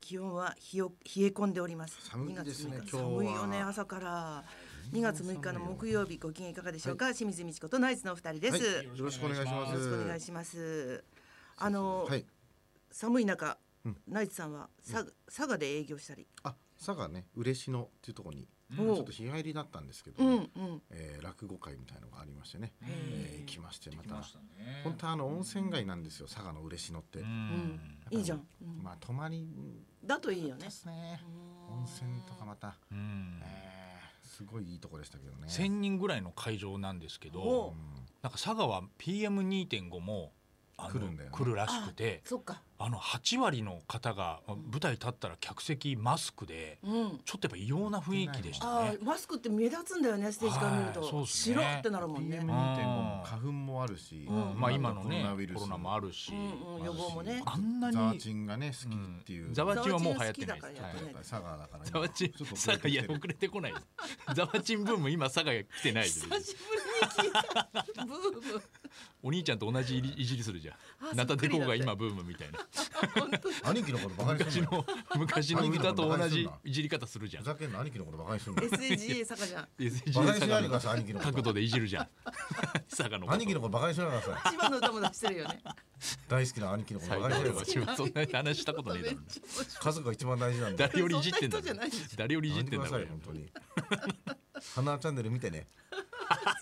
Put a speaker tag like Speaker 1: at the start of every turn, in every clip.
Speaker 1: 気温は冷よ冷え込んでおります。
Speaker 2: 寒いですね
Speaker 1: 2月
Speaker 2: 今日は
Speaker 1: 寒いよね朝から。2月6日の木曜日ご機嫌いかがでしょうか。清水美智子とナイツのお二人です。
Speaker 2: はい、よろしくお願いします。
Speaker 1: よろしくお願いします。あの、
Speaker 2: はい、
Speaker 1: 寒い中、
Speaker 2: うん
Speaker 1: ナイツさんはさ佐賀で営業したり、
Speaker 2: あ、佐賀ね、嬉野っていうところに、ち
Speaker 1: おう
Speaker 2: ょっと日帰りだったんですけど、
Speaker 1: うんうん、
Speaker 2: えー落語会みたいのがありましてね、
Speaker 1: へー
Speaker 2: えー行きましてま
Speaker 3: 行き
Speaker 2: た
Speaker 3: ましたね。
Speaker 2: 本当はあの温泉街なんですよ、佐賀の嬉野って。
Speaker 3: う
Speaker 2: やっ
Speaker 3: ん。
Speaker 2: ぱり
Speaker 1: いいじゃん、うん
Speaker 2: まあ泊まり
Speaker 1: だといいよね
Speaker 2: で。すね。
Speaker 1: うん
Speaker 2: 温泉とかまた、
Speaker 3: うん
Speaker 2: えーすごいいいとこでしたけどね。
Speaker 3: 千人ぐらいの会場なんですけ
Speaker 1: お
Speaker 3: ど
Speaker 2: う、ん
Speaker 3: なんか佐賀は PM2.5 もあの
Speaker 2: 来るんだよね
Speaker 3: 来るらしくて、
Speaker 1: そっか。
Speaker 3: あの8割の方がまあ舞台立ったら客席マスクで、
Speaker 1: うん。
Speaker 3: ちょっとやっぱ異様な雰囲気でした
Speaker 1: あ
Speaker 3: ね
Speaker 1: あ。マスクって目立つんだよねステージから見ると、
Speaker 3: はいそうっすね
Speaker 1: 白ってなるもんね。
Speaker 2: PM2.5 も花粉もあるし、
Speaker 1: うん
Speaker 3: まあ今の
Speaker 2: コ
Speaker 3: ね
Speaker 2: ロナウイルス
Speaker 3: コロナもあるし、
Speaker 1: うんうん予防もね。
Speaker 3: あんな
Speaker 2: ザワ
Speaker 3: に
Speaker 2: チンがね好きっていう、
Speaker 3: うんザワチンはもう流行ってな
Speaker 1: ザ
Speaker 3: い
Speaker 1: ワチン好きだから
Speaker 3: です。
Speaker 1: やってない
Speaker 3: はい
Speaker 2: 佐賀だから今
Speaker 3: ザワチン
Speaker 2: ちょっと遅
Speaker 3: 佐
Speaker 2: れ
Speaker 3: 賀
Speaker 2: て
Speaker 3: い
Speaker 2: き
Speaker 3: や
Speaker 2: てる
Speaker 3: 遅れてこない です。ザワチンブーム今佐賀来てないで
Speaker 1: 久
Speaker 3: す
Speaker 1: しぶ。りに聞いたブーム。
Speaker 3: お兄ちゃんと同じいりいじりするじゃ
Speaker 1: あ
Speaker 3: ん。ナタデコ
Speaker 1: そっ
Speaker 3: が
Speaker 1: くりだ
Speaker 3: 今 ブームみたいな。
Speaker 2: 兄貴のことバカにす
Speaker 3: 昔
Speaker 2: んなよ
Speaker 3: の昔の歌と同じ
Speaker 2: バカにすんない
Speaker 3: じり方するじゃ
Speaker 2: ふ
Speaker 3: ん。
Speaker 2: ざけんな兄貴のことバカにすんなよ
Speaker 1: SAGA 坂じゃん。
Speaker 2: バカ
Speaker 3: SG
Speaker 2: にしないでください兄貴のこ
Speaker 3: 角
Speaker 2: と
Speaker 3: 度でいじるじゃ ん。佐賀のこと
Speaker 2: 兄貴のことバカにしないでください
Speaker 1: 千葉の歌も出してるよね。
Speaker 2: 大好きな兄貴のこと
Speaker 3: 最
Speaker 2: バカにしないで
Speaker 3: 大の
Speaker 2: ください
Speaker 3: 場所そんな話したことねえだろうな。
Speaker 2: 家族が一番大事なんで
Speaker 3: 誰よりいじってんだ
Speaker 1: そんな人じゃないでしょ。
Speaker 3: 誰よりいじ
Speaker 2: や
Speaker 3: っ
Speaker 2: め
Speaker 3: て
Speaker 2: て
Speaker 3: ん
Speaker 2: くださ
Speaker 3: だ
Speaker 2: い
Speaker 3: ろ
Speaker 2: よ本当に花チャンネル見てね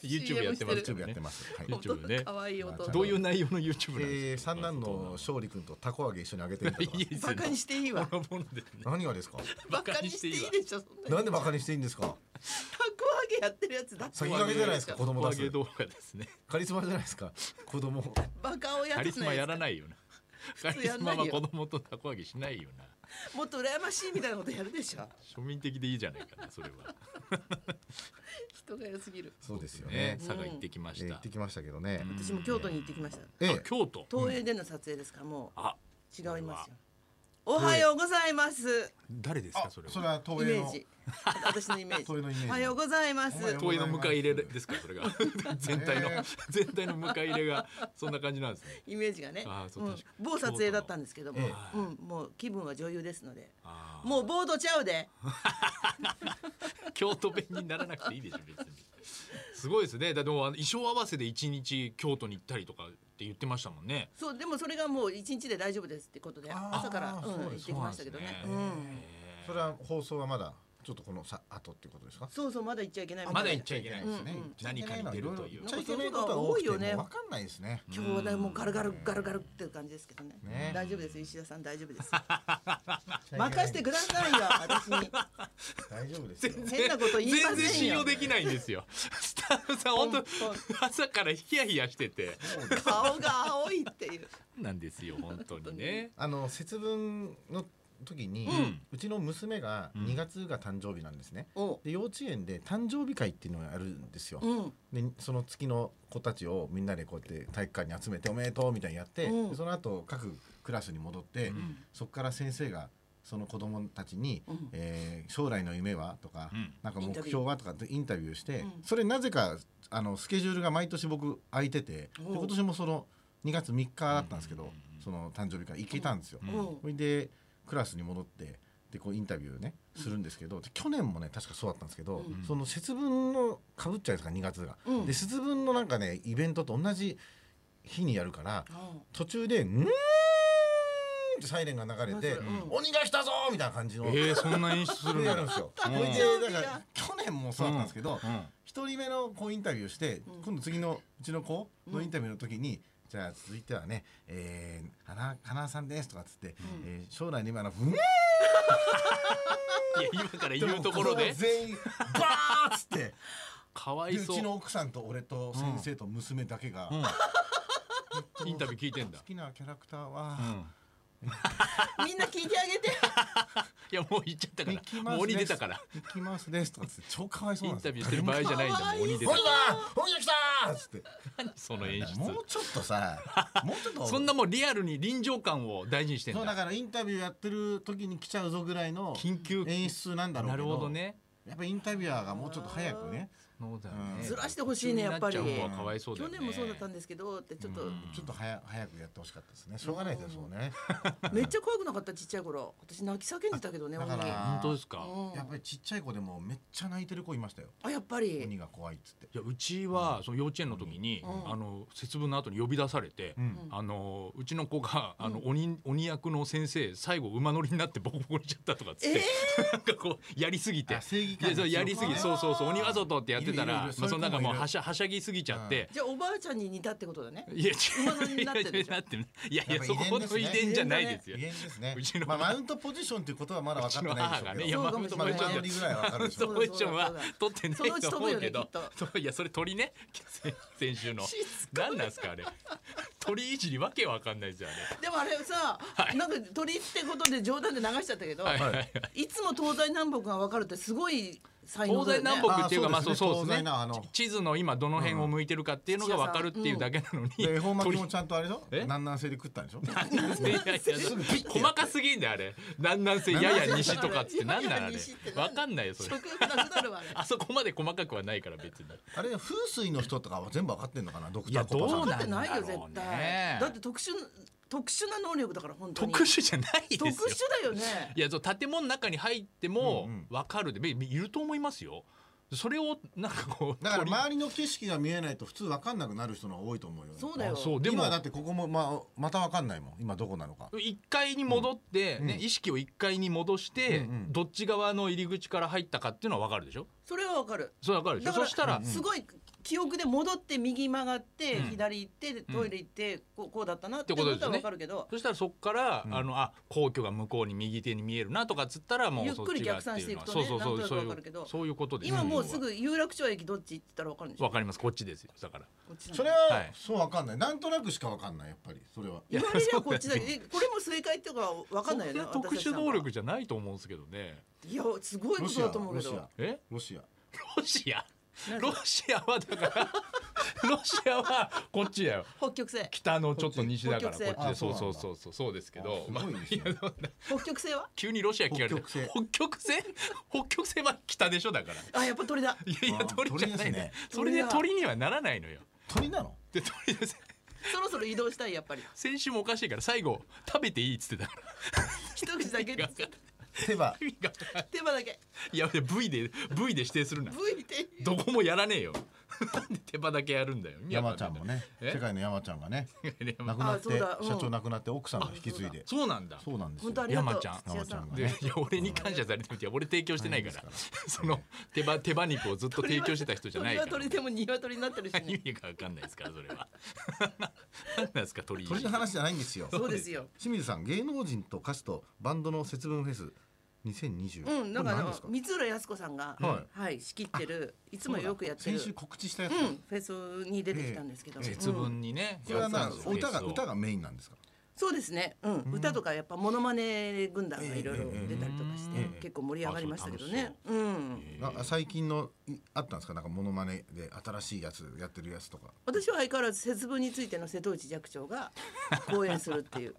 Speaker 3: YouTube やってます
Speaker 2: YouTube や
Speaker 3: ね
Speaker 2: ってますはい
Speaker 3: YouTube ね
Speaker 1: 可愛い弟。
Speaker 3: どういう内容の YouTube なん
Speaker 2: えー
Speaker 3: ですか
Speaker 2: 三男の勝利君とタコ揚げ一緒に揚げてみたとか
Speaker 3: いやいや
Speaker 1: バカにしていい わ。
Speaker 3: そんなものでね
Speaker 2: 何がですか
Speaker 1: バカにしていい
Speaker 3: わ
Speaker 1: でしょ。そんなに。
Speaker 2: なんでバカにしていいんですか
Speaker 1: たこ揚げやってるやつだって。
Speaker 2: 先駆けじゃないですか子供
Speaker 3: 胴上
Speaker 2: 出
Speaker 3: げ
Speaker 2: す
Speaker 3: 動画ですね
Speaker 2: カリスマじゃないですか子供
Speaker 1: バカをや
Speaker 3: カ
Speaker 1: ってな
Speaker 3: リ
Speaker 1: い
Speaker 3: スマやら
Speaker 1: い。
Speaker 3: ないよなカ
Speaker 1: 通
Speaker 3: リ
Speaker 1: や
Speaker 3: ス
Speaker 1: んな
Speaker 3: マ
Speaker 1: いよ
Speaker 3: は子供とたこ揚げしないよな
Speaker 1: もっと羨ましいみたいなことやるでしょ。
Speaker 3: 庶民的でいいじゃないかなそれは
Speaker 1: 人が良すぎる。
Speaker 2: そうですよね
Speaker 3: ね佐賀行ってきま
Speaker 2: えー
Speaker 3: し
Speaker 2: 行
Speaker 3: た
Speaker 2: ってきましたけどね
Speaker 1: 私も京都に行ってきました。
Speaker 2: え
Speaker 3: あ
Speaker 2: え
Speaker 3: 京都
Speaker 1: 東映での撮影ですからも
Speaker 3: あ
Speaker 1: う違いますよ。おはようございます。
Speaker 3: 誰ですかそれ
Speaker 2: それ
Speaker 3: は
Speaker 2: は東
Speaker 1: イメ
Speaker 2: 映
Speaker 1: ー
Speaker 2: の
Speaker 1: ジ。私のイメージ。
Speaker 2: 東映のイメージ
Speaker 1: おはようございま
Speaker 2: お
Speaker 1: す
Speaker 2: は。よう
Speaker 3: 東映の迎え入れですか それが全体の
Speaker 2: ええ
Speaker 3: 全体の迎え入れがそんな感じなんで すね
Speaker 1: イメージがね
Speaker 3: あーそううん確か、に
Speaker 1: 某撮影だったんですけども、
Speaker 2: え
Speaker 3: え
Speaker 1: うん、もう気分は女優ですので
Speaker 3: あー
Speaker 1: もうボードちゃうで
Speaker 3: 京都弁にならなくていいでしょ別にすごいですねだってもうあの衣装合わせで一日京都に行ったりとかって言ってましたもんね
Speaker 1: そうでもそれがもう一日で大丈夫ですってことで
Speaker 2: あー
Speaker 1: 朝から、うん、
Speaker 2: そ
Speaker 1: 行
Speaker 2: うです
Speaker 1: ってきましたけどね
Speaker 3: そううなん
Speaker 1: ん、
Speaker 2: それは放送はまだちょっとこのさ後っていうことですか。
Speaker 1: そうそうまだ行っちゃいけない
Speaker 3: まだ行っ
Speaker 1: ゃ
Speaker 3: ちゃいけないですね、
Speaker 1: うんうん
Speaker 3: 何かに出るという
Speaker 2: 言っちゃいけないことは多くてもう分かんないですね。
Speaker 1: 今日はねもうガルガルガルガルっていう感じですけどね
Speaker 2: ね
Speaker 1: 大丈夫です石田さん大丈夫です任せてくださいよ私に
Speaker 2: 大丈夫ですよ。
Speaker 1: 変なこと言いませんよ
Speaker 3: 全然信用できないんですよスタッフさん本
Speaker 1: ポン
Speaker 3: 当
Speaker 1: ポン
Speaker 3: 朝からヒヤヒヤしてて
Speaker 1: 顔が青いっていう
Speaker 3: なんですよ本当にね
Speaker 2: あの節分の時に、うんちの娘が2月が誕生日なんですね。
Speaker 1: おう
Speaker 2: で幼稚園で誕生日会っていうのをやるんですよ。
Speaker 1: うん
Speaker 2: でその月の子たちをみんなでこうやって体育館に集めておめでとうみたいにやって、
Speaker 1: うん
Speaker 2: でその後各クラスに戻って、そこから先生がその子供たちに、
Speaker 1: うん
Speaker 2: えー将来の夢はとか、
Speaker 3: うん
Speaker 2: なんか
Speaker 1: イン
Speaker 2: 目
Speaker 1: タビュー
Speaker 2: 標はとかってインタビューして、
Speaker 1: うん
Speaker 2: それなぜかあのスケジュールが毎年僕空いててで
Speaker 1: おう
Speaker 2: 今年もその2月3日だったんですけど、その誕生日会行けたんですよ。
Speaker 1: うんうん
Speaker 2: それでクラスに戻ってでこうインタビューねするんですけど、で去年もね確かそうだったんですけど、
Speaker 1: うん
Speaker 2: その節分のかぶっちゃうんですか2月が。
Speaker 1: うん
Speaker 2: で節分のなんかねイベントと同じ日にやるから
Speaker 1: あ
Speaker 2: 途中で「んーん」ってサイレンが流れ
Speaker 1: まあそ
Speaker 2: て
Speaker 1: れ
Speaker 2: 「
Speaker 1: うん
Speaker 2: 鬼が来たぞ!」みたいな感じの。
Speaker 3: えー、そんな演出する
Speaker 2: で
Speaker 3: の
Speaker 2: やるんですよ。それ
Speaker 3: うん
Speaker 2: でだから去年もそうだったんですけど、
Speaker 3: うんうん
Speaker 2: 一人目の子インタビューして、今度次のうちの子のインタビューの時に、じゃあ続いてはね、えー、花花さんですとかっつって、えー将来の今のふん
Speaker 3: いや今から言うところで
Speaker 2: 全員バーッつ って
Speaker 3: かわ
Speaker 2: で
Speaker 3: いうそう
Speaker 2: ちの奥さんと俺と先生と娘だけが、
Speaker 3: インタビュー聞いてんだ
Speaker 2: 好、きなキャラクターは、
Speaker 3: うん
Speaker 1: みんな聞いてあげて
Speaker 3: いやもう言っちゃったか
Speaker 2: ミッキー
Speaker 3: ら
Speaker 2: マ
Speaker 3: もう
Speaker 2: ウス
Speaker 3: 鬼
Speaker 2: で
Speaker 3: 出
Speaker 2: す
Speaker 3: たから
Speaker 2: ミッキーマウスですとかっつって超かわいそう
Speaker 3: イ
Speaker 2: なん
Speaker 3: ン
Speaker 2: ですよ
Speaker 3: タビューしてる場合じゃないんだもん鬼出た
Speaker 2: 鬼だ鬼が来たーっつって
Speaker 3: その演
Speaker 2: も
Speaker 3: 出
Speaker 2: うちょっとさもうちょっと
Speaker 3: そんなもうリアルに臨場感を大事にしてん
Speaker 2: そうだ
Speaker 3: だ
Speaker 2: からインタビューやってる時に来ちゃうぞぐらいの
Speaker 3: 緊急
Speaker 2: 演出なんだろう
Speaker 3: な
Speaker 2: け
Speaker 3: る
Speaker 2: ど
Speaker 3: ほどね
Speaker 2: やっぱインタビュアーがもうちょっと早くね
Speaker 3: そうだよ
Speaker 2: うん
Speaker 3: ね。
Speaker 1: ずらしてほしいねやっぱり
Speaker 3: 一緒になちゃう方はかわい そう
Speaker 1: 去
Speaker 3: だよね。
Speaker 1: 年もそうだったんですけどってちょっと、
Speaker 3: うん
Speaker 2: ちょっと早早くやってほしかったですね。しょうがないですよね。
Speaker 1: めっちゃ怖くなかったちっちゃい頃私泣き叫んでたけどね
Speaker 2: だから
Speaker 1: 鬼うん
Speaker 3: 本当ですか。
Speaker 2: やっぱりちっちゃい子でもめっちゃ泣いてる子いましたよ。
Speaker 1: あやっぱり
Speaker 2: 鬼が怖いっつって。
Speaker 3: いやうちはその幼稚園の時に、
Speaker 1: うん
Speaker 3: あの節分の後に呼び出されて、
Speaker 2: うん。
Speaker 3: あのうちの子が
Speaker 1: うん
Speaker 3: あの、鬼鬼役の先生最後馬乗りになってボコボコにしちゃったとかっつって、なんかこうやりすぎて
Speaker 2: あ正義
Speaker 3: いや
Speaker 2: 感が強くて。
Speaker 3: そうやりすぎ
Speaker 1: あー
Speaker 3: そうそうそう鬼わざとってやってたら
Speaker 2: いるいるいる
Speaker 3: まあ、
Speaker 2: そ
Speaker 3: そ
Speaker 2: いう子も
Speaker 3: うのなんかもう
Speaker 2: いる
Speaker 3: はしゃはしゃぎすぎちゃって、
Speaker 1: じゃあおばあちゃんに似たってことだ ね
Speaker 3: いや違
Speaker 1: 馬乗
Speaker 3: う
Speaker 1: りになってるでしょ
Speaker 3: いや い
Speaker 2: や
Speaker 3: やいやいや
Speaker 2: っぱ
Speaker 3: そ
Speaker 2: 遺伝ですね
Speaker 3: この遺伝じゃないですよ
Speaker 2: 遺。伝ですね
Speaker 3: うち。の
Speaker 2: まあマウントポジションということはまだ分かってないでしょうけ
Speaker 3: うち
Speaker 2: ど。
Speaker 3: の
Speaker 1: 母がねいやマ
Speaker 2: まあ
Speaker 1: ウントポジション
Speaker 2: 馬乗りぐらいは分かるでし
Speaker 1: そ
Speaker 2: ょ
Speaker 1: う
Speaker 2: う。
Speaker 3: ポジションは
Speaker 1: そうだそうだ
Speaker 3: 取ってないと思うけど
Speaker 1: そのうち飛ぶよねき
Speaker 3: そういやそれ鳥ね 先先週の
Speaker 1: しつこい
Speaker 3: 何なんですかあれ鳥いじりわけわかんないですよあ
Speaker 1: でもあれさ、なんか鳥ってことで冗談で流しちゃったけど、
Speaker 3: れ、はいはい
Speaker 2: は
Speaker 3: はいい、
Speaker 1: い、つも東西南北が分かるってすごい才能
Speaker 3: 東
Speaker 1: だよ
Speaker 3: 西
Speaker 1: ね
Speaker 3: 南北っていうかま
Speaker 2: あ
Speaker 3: あ
Speaker 2: そ
Speaker 3: そうう
Speaker 2: ですね
Speaker 3: そ
Speaker 2: 東西
Speaker 3: うですね
Speaker 2: のあの
Speaker 3: ち地図の今どの辺を向いてるかっていうのがわかるっていうだけなのに、
Speaker 2: で恵方巻き
Speaker 3: 鳥
Speaker 2: もちゃんとあれでしょ。
Speaker 3: え
Speaker 2: 南南西で食ったんでしょ。
Speaker 3: いやいや
Speaker 2: すぐ切ってやった
Speaker 3: 細かすぎんだよあれ南南西やや西とかっつってなんなんあ
Speaker 1: やや
Speaker 3: れ
Speaker 1: 西って
Speaker 3: わかんないよそれ
Speaker 1: 食欲なくなるわね
Speaker 3: あそこまで細かくはないから別に
Speaker 2: あれ風水の人とかは全部分かってんのかな。ドク
Speaker 3: い
Speaker 2: タ
Speaker 3: や
Speaker 2: ーコパさん
Speaker 3: どう
Speaker 1: 分
Speaker 2: とか。
Speaker 1: かってないよ
Speaker 3: なんだ
Speaker 1: 絶
Speaker 3: ろうね
Speaker 1: 対だって特殊特殊な能力だから本当に
Speaker 3: 特殊じゃないです
Speaker 1: 特
Speaker 3: よ
Speaker 1: 殊だよね
Speaker 3: いやそう建物の中に入っても
Speaker 2: うんうん
Speaker 3: わかるで、べいると思いますよそれをなんかこう
Speaker 2: だから
Speaker 3: 鳥
Speaker 2: 周りの景色が見えないと普通分かんなくなる人の方が多いと思うよ。
Speaker 1: そうだよ
Speaker 3: あそう
Speaker 2: で
Speaker 3: で
Speaker 2: も
Speaker 3: も
Speaker 2: 今だってここもまあまた分かんないもん。今どこなのか。
Speaker 3: 一階に戻って、
Speaker 2: うん
Speaker 3: ね
Speaker 2: うん
Speaker 3: 意識を一階に戻して、
Speaker 2: うんうん
Speaker 3: どっち側の入り口から入ったかっていうのはわかるでしょ
Speaker 1: それは分かる
Speaker 3: そうわかるでし
Speaker 1: だ
Speaker 3: ょ
Speaker 1: から
Speaker 3: そしたら、
Speaker 1: すごい記憶で戻って右曲がって、
Speaker 3: うん
Speaker 1: 左行ってトイレ行って、こうこうだったなって
Speaker 3: って
Speaker 1: こ
Speaker 3: ことと
Speaker 1: は
Speaker 3: ですよね
Speaker 1: 分かるけど、
Speaker 3: そしたらそこから、
Speaker 2: うん
Speaker 3: あのあ皇居が向こうに右手に見えるなとかっつったらも
Speaker 1: ゆっ
Speaker 3: う
Speaker 1: く
Speaker 3: そ
Speaker 1: り
Speaker 3: っちが
Speaker 1: 逆算していくとね
Speaker 3: っていうのはそうそうそう
Speaker 1: な
Speaker 3: そ
Speaker 1: んとなくわか
Speaker 3: うい
Speaker 1: るけ
Speaker 3: う
Speaker 1: ど
Speaker 3: そういうことです
Speaker 1: 今もう
Speaker 3: 要は
Speaker 1: すぐ有楽町駅どっちって言ったら分かるんでしょ
Speaker 3: わかりますこっちですよだから
Speaker 1: こっちなんだ
Speaker 2: それは、
Speaker 3: はい
Speaker 2: そうわかんないなんとなくしかわかんないやっぱりそれは
Speaker 1: 言われりゃこっちだけどえこれも正解とか分かんないよね
Speaker 3: そんな特殊能
Speaker 1: 私た
Speaker 3: 力じゃないと思うんですけどね
Speaker 1: ちなんかいやすごいこ
Speaker 2: ロ
Speaker 1: と
Speaker 2: シア
Speaker 1: だと思う
Speaker 2: ロ
Speaker 1: け
Speaker 2: シア
Speaker 1: ど
Speaker 3: え
Speaker 2: ロシア
Speaker 3: ロシア
Speaker 1: なんか
Speaker 3: ロシアはだから ロシアはこっちやよ
Speaker 1: 北極星
Speaker 3: 北のちょっと西だからこっ
Speaker 1: 北極
Speaker 3: ちで
Speaker 2: 星
Speaker 3: そうそう
Speaker 2: あ
Speaker 3: そ
Speaker 2: そう
Speaker 3: そうそうですけど
Speaker 2: あすごい
Speaker 3: まあ
Speaker 2: ですね
Speaker 3: いや
Speaker 1: 北極星は
Speaker 3: 急にロシア聞かれて
Speaker 2: 北極星
Speaker 3: 北極星北極星は北でしょだから
Speaker 1: あやっぱ鳥だ
Speaker 3: いやいや
Speaker 2: あ
Speaker 3: 鳥じゃな
Speaker 2: 鳥
Speaker 3: い
Speaker 2: です
Speaker 3: ね
Speaker 2: ね
Speaker 3: それで鳥にはならないのよ
Speaker 2: 鳥なの
Speaker 3: で鳥です
Speaker 1: そろそろ移動したいやっぱり
Speaker 3: 先週もおかしいから最後食べていいっつってたから
Speaker 1: 一口だけって言 って
Speaker 2: 手羽
Speaker 3: 意味が分かんない
Speaker 1: 手羽だけ
Speaker 3: いやいや V で V で指定するな
Speaker 1: V って
Speaker 3: どこもやらねえよ なんで手羽だけやるんだよ
Speaker 2: 山ちゃんもね
Speaker 3: え
Speaker 2: 世界の山ちゃんがね亡くな
Speaker 1: あ
Speaker 2: って
Speaker 1: そうだうん
Speaker 2: 社長亡くなって奥さんが引き継いで
Speaker 3: そうなんだ
Speaker 2: そうなんですよ
Speaker 1: 本当ありがとう
Speaker 3: 山ちゃん
Speaker 1: 土屋さん
Speaker 2: 山ちゃんが
Speaker 3: でいや俺に感謝されてみていや俺提供してないから
Speaker 2: 大変で
Speaker 3: その手羽手羽肉をずっと提供してた人じゃないか ら
Speaker 1: 鳥は鳥でも鶏になってるし
Speaker 3: 意
Speaker 1: ね
Speaker 3: 味が分かんないですからそれは 何なんですか鳥
Speaker 2: 鳥の話じゃないんですよ
Speaker 1: そうですよ
Speaker 2: 清水さん芸能人と歌手とバンドの節分フェス2020
Speaker 1: うんなん
Speaker 2: こ
Speaker 1: か
Speaker 2: れ
Speaker 1: あ
Speaker 2: 何で
Speaker 1: の
Speaker 2: すか
Speaker 1: 三浦靖子さんが
Speaker 2: は
Speaker 1: はい仕切ってるいつもよくやってる
Speaker 2: 先週
Speaker 1: う
Speaker 2: 告知したやつ、
Speaker 1: んフェスに出てきたんですけど
Speaker 2: ええ
Speaker 3: 節
Speaker 1: うん
Speaker 3: 分にね
Speaker 2: これはなんか
Speaker 3: やっ
Speaker 2: 歌
Speaker 3: たんです
Speaker 2: が
Speaker 3: よ
Speaker 2: 歌がメインなんですか
Speaker 1: そうですねうん歌とかやっぱモノマネ軍団がいろいろ出たりとかし
Speaker 2: え
Speaker 1: て
Speaker 2: え
Speaker 1: 結構盛り上がりましたけどね
Speaker 3: あ
Speaker 1: うん
Speaker 2: あ最近のいあったんですかなんかモノマネで新しいやつやってるやつとか
Speaker 1: 私は相変わらず節分についての瀬戸内寂聴が講演するっていう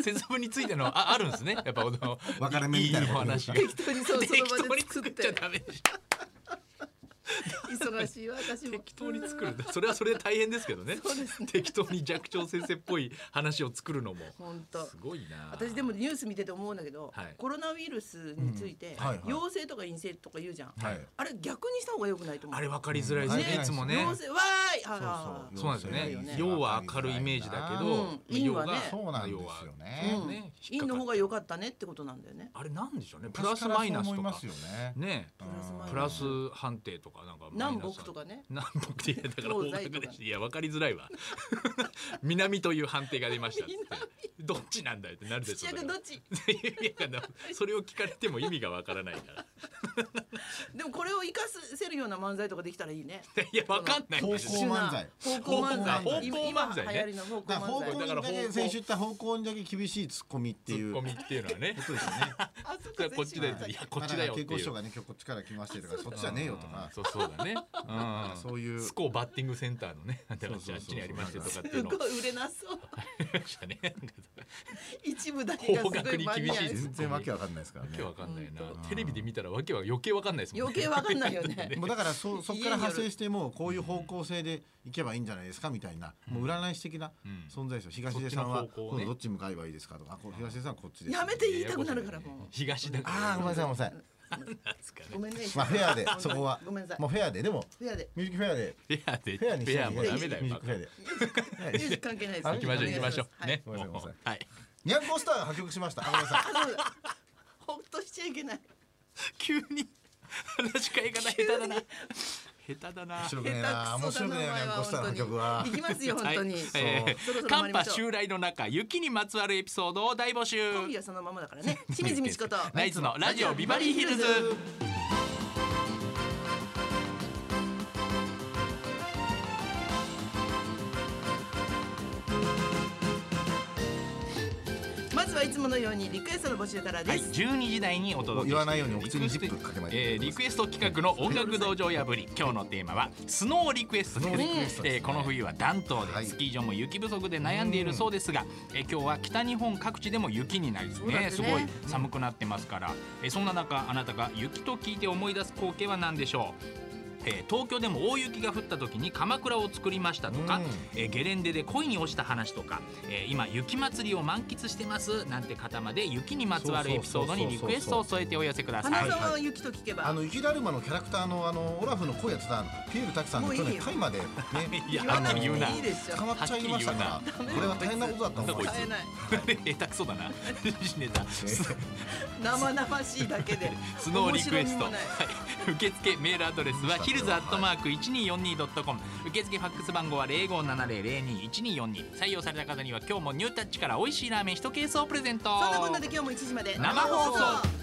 Speaker 3: 節分についてのああるんですねやっぱあの
Speaker 2: 別れ目みたいなこと
Speaker 3: お話 が
Speaker 1: 適当にそうその
Speaker 3: 適
Speaker 1: 場
Speaker 3: 当
Speaker 1: で
Speaker 3: に
Speaker 1: 作
Speaker 3: 作
Speaker 1: っ
Speaker 3: っちゃ
Speaker 1: て
Speaker 3: ダメでしょ
Speaker 1: 忙しいわ私も
Speaker 3: 適当に作るそれはそれで大変ですけどね適当に寂聴先生っぽい話を作るのも
Speaker 1: 本当
Speaker 3: すごいな
Speaker 1: 私でもニュース見てて思うんだけど、
Speaker 3: はい
Speaker 1: コロナウイルスについて、
Speaker 2: うんはいはい
Speaker 1: 陽性とか陰性とか言うじゃん、
Speaker 2: はい
Speaker 1: あれ逆にした方が良くないと思う
Speaker 3: あれ分かりづらいですね
Speaker 2: ね
Speaker 3: いつもね
Speaker 1: 陽性わーいあー
Speaker 2: そう
Speaker 3: そうなんですよ
Speaker 1: そう
Speaker 3: ね
Speaker 1: ね
Speaker 3: 陽は明るいイメージだけ
Speaker 1: う
Speaker 3: ど
Speaker 1: ん陰はね
Speaker 2: そうなんですよね
Speaker 1: うん
Speaker 3: ね
Speaker 1: 陰の方が良かったねってことなんだよね
Speaker 3: あれなんでしょうねプ
Speaker 2: プラ
Speaker 3: ラ
Speaker 2: ス
Speaker 3: ス
Speaker 2: マ
Speaker 3: マ
Speaker 2: イ
Speaker 3: イ
Speaker 2: ナ
Speaker 3: ナ
Speaker 2: ス
Speaker 3: ス
Speaker 2: と
Speaker 3: と
Speaker 2: か
Speaker 3: か
Speaker 2: ね
Speaker 3: ね
Speaker 1: プラスマイナス
Speaker 3: プラス判定とかなんかマイ
Speaker 1: 南
Speaker 3: ナス
Speaker 1: 北とかね
Speaker 3: 南北でいやだから
Speaker 1: 東
Speaker 3: 大
Speaker 1: 西とか
Speaker 3: 阪でしいや分かりづらいわ南という判定が出ましたっつってどっちなんだよってなるでし
Speaker 1: 土
Speaker 3: ょ
Speaker 1: 屋
Speaker 3: だか
Speaker 1: 君ど
Speaker 3: ら
Speaker 1: っち
Speaker 3: いやだからそれを聞かれても意味がわからないから
Speaker 1: でもこれを生かせるような漫才とかできたらいいね
Speaker 3: いやわかんないでしょ
Speaker 2: 方向漫才
Speaker 1: 方向漫才
Speaker 2: 方向漫才
Speaker 1: 今
Speaker 3: 方向漫才
Speaker 1: 今
Speaker 3: ね
Speaker 1: 流行りの方向
Speaker 2: だから
Speaker 1: 漫
Speaker 2: 方
Speaker 1: 才
Speaker 2: 向にだ
Speaker 3: だから方
Speaker 2: け
Speaker 3: 向
Speaker 2: 先週言った方向にだけ厳しいツッコミって
Speaker 3: ツ
Speaker 2: い
Speaker 3: ッ
Speaker 2: う
Speaker 3: コ
Speaker 2: こ
Speaker 3: ミっていうのはね
Speaker 2: とですよね。
Speaker 1: あそっか
Speaker 3: だからこっちだよ
Speaker 1: 先週
Speaker 3: いやこっちだよって
Speaker 2: なんか稽古
Speaker 3: いう。
Speaker 2: 師匠がね今日こっちから来ましてとかそっちじゃねえよと
Speaker 3: う
Speaker 2: か
Speaker 3: ん。そうそうだね。ね、うん、
Speaker 2: そういう
Speaker 3: スコーバッティングセンターのねあっ
Speaker 2: そうそうそう
Speaker 3: ちにありましてとかって い
Speaker 1: す
Speaker 3: うの
Speaker 1: ごい売れなそう。
Speaker 3: ありましたねなんか
Speaker 1: 一部だけがすご
Speaker 3: 方角
Speaker 1: い
Speaker 3: に
Speaker 1: マニ
Speaker 3: 厳
Speaker 1: ア
Speaker 3: しい
Speaker 1: です。
Speaker 2: 全然わけわかんないですから
Speaker 3: わ
Speaker 2: ね
Speaker 3: けわかんないな
Speaker 1: 本
Speaker 2: 当
Speaker 3: テレビで見たらわけは余計わかんないですもん
Speaker 1: 余
Speaker 3: ね
Speaker 1: 計わかんないよ ね。
Speaker 2: もうだからそそこ
Speaker 1: 家によ
Speaker 2: か
Speaker 1: る
Speaker 2: ら派生してもうこういう方向性でいけばいいんじゃないですかみたいなもう占い師的な
Speaker 3: うん
Speaker 2: 存在ですよ東出さんは
Speaker 3: そっちの方向
Speaker 2: 今
Speaker 3: ね
Speaker 2: 度どっち向かえばいいですかとかあこう東出さんはこっちです
Speaker 1: やめて言いたくなるからもう。
Speaker 3: 東だから
Speaker 2: ああごめんなさいごめんなさい
Speaker 3: なんですかね
Speaker 1: ごめんね。
Speaker 2: まあフェ アでそこは
Speaker 1: ごめんなさい
Speaker 2: も。うフェアででも
Speaker 1: フェアで。
Speaker 2: ミュージックフェアで
Speaker 3: フェアで
Speaker 2: フェアにして
Speaker 3: フェアもダメだよ
Speaker 2: ミュージックフェア
Speaker 1: ミ
Speaker 2: で
Speaker 1: ュージック関係ないです。
Speaker 2: あ
Speaker 3: 行きましょう行きましょう
Speaker 1: はい
Speaker 3: ね
Speaker 2: ごめんなさいごめんな
Speaker 3: はい
Speaker 2: ニャンコスターが破局しましたあごめんなさい
Speaker 1: あそうだ。ほっとしちゃいけない。
Speaker 3: 急に 話し会がな下手だな下手だな
Speaker 2: 面白くねえな
Speaker 1: 下手
Speaker 2: 面
Speaker 1: くそ
Speaker 2: 白
Speaker 1: だなお前
Speaker 2: くねえなニャン
Speaker 1: は
Speaker 2: コスターの
Speaker 1: 本
Speaker 2: 曲
Speaker 1: 当
Speaker 2: は
Speaker 1: に。行きますよ本当に。
Speaker 3: はい
Speaker 1: そう
Speaker 3: え
Speaker 1: そろそ
Speaker 3: ー、
Speaker 1: ろ参
Speaker 3: 寒
Speaker 1: りま
Speaker 3: 波
Speaker 1: しょう。
Speaker 3: 襲来の中雪にまつわるエピソードを大募集
Speaker 1: コンビはそのままだからね。清水美智子と。
Speaker 3: ナイツのラジオビバリーヒルズ
Speaker 1: まずはいつものようにリクエストの募集から
Speaker 3: は
Speaker 1: で
Speaker 3: い、
Speaker 1: す。
Speaker 3: 12時台にお
Speaker 2: もう
Speaker 3: 届け
Speaker 2: 言わない
Speaker 3: い
Speaker 2: ようにお口にジップかけまい
Speaker 3: えー、リクエスト企画の音楽道場破り今日のテーマはスノーリクエストです
Speaker 2: スノーリクエストですね
Speaker 3: えーこの冬は暖冬で、
Speaker 2: はい
Speaker 3: スキー場も雪不足で悩んでいるそうですが、えー、今日は北日本各地でも雪になり
Speaker 1: そうだってね
Speaker 3: ねすごい寒くなってますから、えー、そんな中あなたが雪と聞いて思い出す光景は何でしょうえー東京でも大雪が降った時に鎌倉を作りましたとか、
Speaker 2: うん
Speaker 3: えーゲレンデで恋に落ちた話とか、えー今雪祭りを満喫してますなんて方まで雪にまつわるエピソードにリクエストを添えてお寄せください。
Speaker 1: 花沢雪と聞けば。
Speaker 2: あの雪だるまのキャラクターのあのオラフの声やってたピエール滝さん
Speaker 1: も
Speaker 2: の
Speaker 1: ういいよ
Speaker 2: 去年タイまでね
Speaker 3: いや
Speaker 1: 言わな
Speaker 3: あ
Speaker 1: く
Speaker 3: の
Speaker 1: てい
Speaker 3: 言うな。
Speaker 1: いでしょ。
Speaker 2: 捕まっちゃいましたか
Speaker 3: は
Speaker 2: らこれは大変なことだった
Speaker 3: なんだ
Speaker 2: 思
Speaker 3: こ
Speaker 2: い
Speaker 3: い
Speaker 2: ま
Speaker 3: つ
Speaker 1: 使
Speaker 2: す
Speaker 1: えない。
Speaker 3: 下手くそだ な。時事ネタ。ス
Speaker 1: 生々しいだけで
Speaker 3: スノーリクエスト。
Speaker 1: 面白みも
Speaker 3: はい
Speaker 1: ない
Speaker 3: 受付メールアドレスはヒルズアットマーク一二四二ドットコム。受付ファックス番号は零五七零零二一二四二。採用された方には今日もニュータッチから美味しいラーメン一ケースをプレゼント。
Speaker 1: そんなこんなで今日も1時まで
Speaker 3: 生放送